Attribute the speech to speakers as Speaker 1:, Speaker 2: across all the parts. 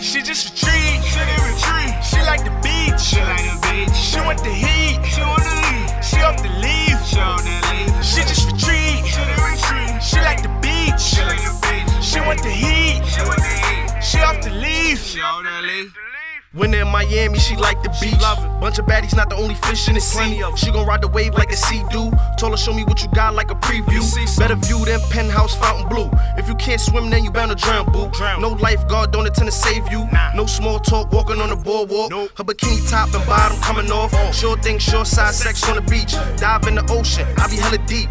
Speaker 1: She just a tree. She a tree. She like the beach. She like the beach. She want the heat. She want the leave. She off the leave. She on the leave. She just a tree. She a tree. She like the beach. She like the beach. She want the heat. She want the heat. She off the leave. She on the leave.
Speaker 2: When in Miami, she like the beach.
Speaker 1: love it.
Speaker 2: Bunch of baddies, not the only fish in the sea.
Speaker 1: Plenty of 'em.
Speaker 2: She gon' ride the wave like a sea do. Told her, show me what you got like a preview.
Speaker 1: You see some.
Speaker 2: Better view than penthouse fountain blue. If you can't swim, then you bound to drown, boo.
Speaker 1: Drown.
Speaker 2: No lifeguard, don't intend to save you.
Speaker 1: Nah.
Speaker 2: No small talk, walking on the boardwalk.
Speaker 1: Nope.
Speaker 2: Her bikini top and bottom coming off. Sure thing, sure side sex on the beach. Dive in the ocean, I be hella deep.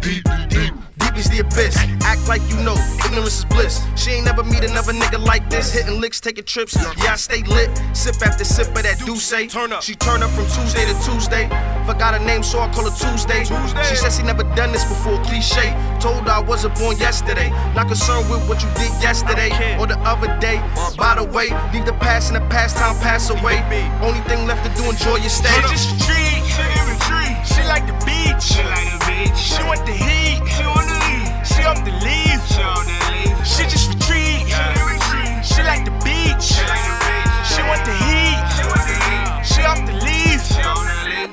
Speaker 2: Deep, deep, deep. Deep is the abyss. Act like you know, ignorance is bliss. She ain't never meet another nigga like this. Hitting licks, taking trips. Yeah, I stay lit. Sip after sip of that Duce.
Speaker 1: Turn up.
Speaker 2: She turn up from Tuesday to Tuesday. Forgot her name, so I call her Tuesday.
Speaker 1: Tuesday.
Speaker 2: She said she never done this before. Cliche. Told her I wasn't born yesterday. Not concerned with what you did yesterday
Speaker 1: I don't care.
Speaker 2: or the other day. By the way, leave the past and the past time pass away.
Speaker 1: it be.
Speaker 2: Only thing left to do, enjoy your stay.
Speaker 1: She just a tree. She a tree. She like the beach. She like the beach. She want the heat. She want the leave. She off the leave. She on the leave. She just a tree. She a tree. She like the beach. She like the beach. She want the heat. She want the heat. She off the leave. She on the leave.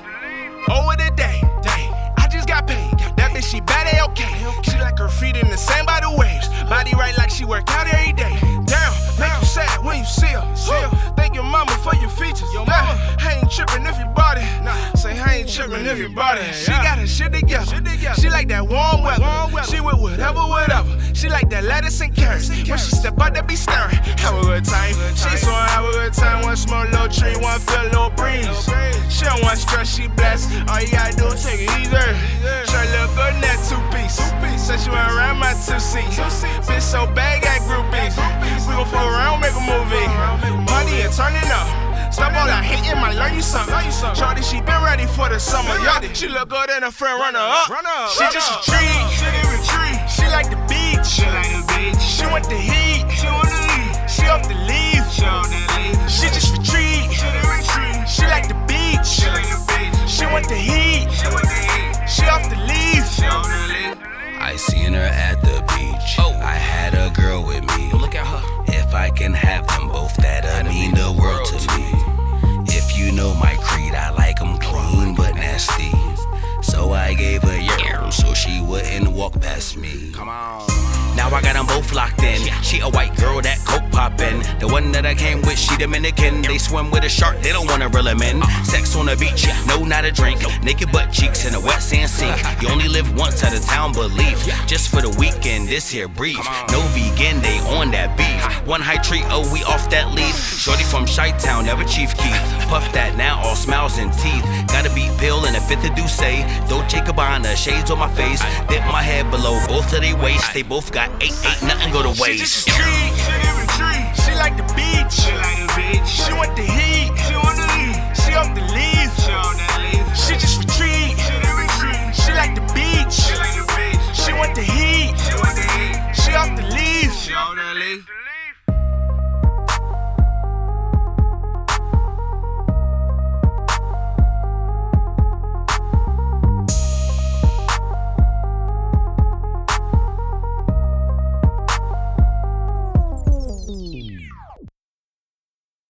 Speaker 1: Over the day. Day. I just got paid. That bitch she bad they okay. She like her feet in the sand by the waves. Body right like she work out every day. Damn, make you sad when you see her. See her. Thank your mama for your features. Yo, mama. I ain't trippin' if you bought it. Nah, say I ain't trippin' if you bought it. She got her shit together. She like that warm weather. She with whatever, whatever. She like that lettuce and carrots. When she step out, that be stirring. Have a good time. She so have a good time. One small little tree, one feel little breeze. She don't want stress, she blessed. All you gotta do is take it easy. Try look good in that two piece. Said she went around my two seat. Bitch so bad, got groupies. We gon' fool around, make a movie. Money and turn it up. Stop all that hating, might learn you something. Charlie, she been ready for the summer. Yachty. She look good in a friend runner up. She just a tree. She a tree. She like the beach. She like the beach. She want the heat. She want the leave. She off the leave. She on the leave. She just a tree. She a tree. She like the beach. She like the beach. She want the heat. She want the heat. She off the leave. She on the leave.
Speaker 3: I seen her at the beach.
Speaker 4: Oh.
Speaker 3: I had a girl with me.
Speaker 4: Look at her.
Speaker 3: If I can have them both, that'd mean the world to me. If you know my creed, I like 'em clean but nasty. So I gave her your so she wouldn't walk past me.
Speaker 4: Come on.
Speaker 3: Now I got them both locked in. She a white girl that coke poppin'. The one that I came with, she Dominican. They swim with a shark, they don't wanna reel 'em in. Sex on the beach, no, not a drink. Naked butt cheeks in a wet sand sink. You only live once out of town, believe. Just for the weekend, this here brief. No vegan, they on that beef. One high tree, oh, we off that leaf. Shorty from Chi Town, never Chief Keith. Puff that now, all smiles and teeth. Gotta be pill and a fifth of Douce. Dolce Gabbana, shades on my face. Dip my head below both of they waist. They both got eight, eight, nothing go to
Speaker 1: She just
Speaker 3: waste.
Speaker 1: a tree. She a tree. She like the beach. She like the beach. She want the heat. She want the lead. She off the lead.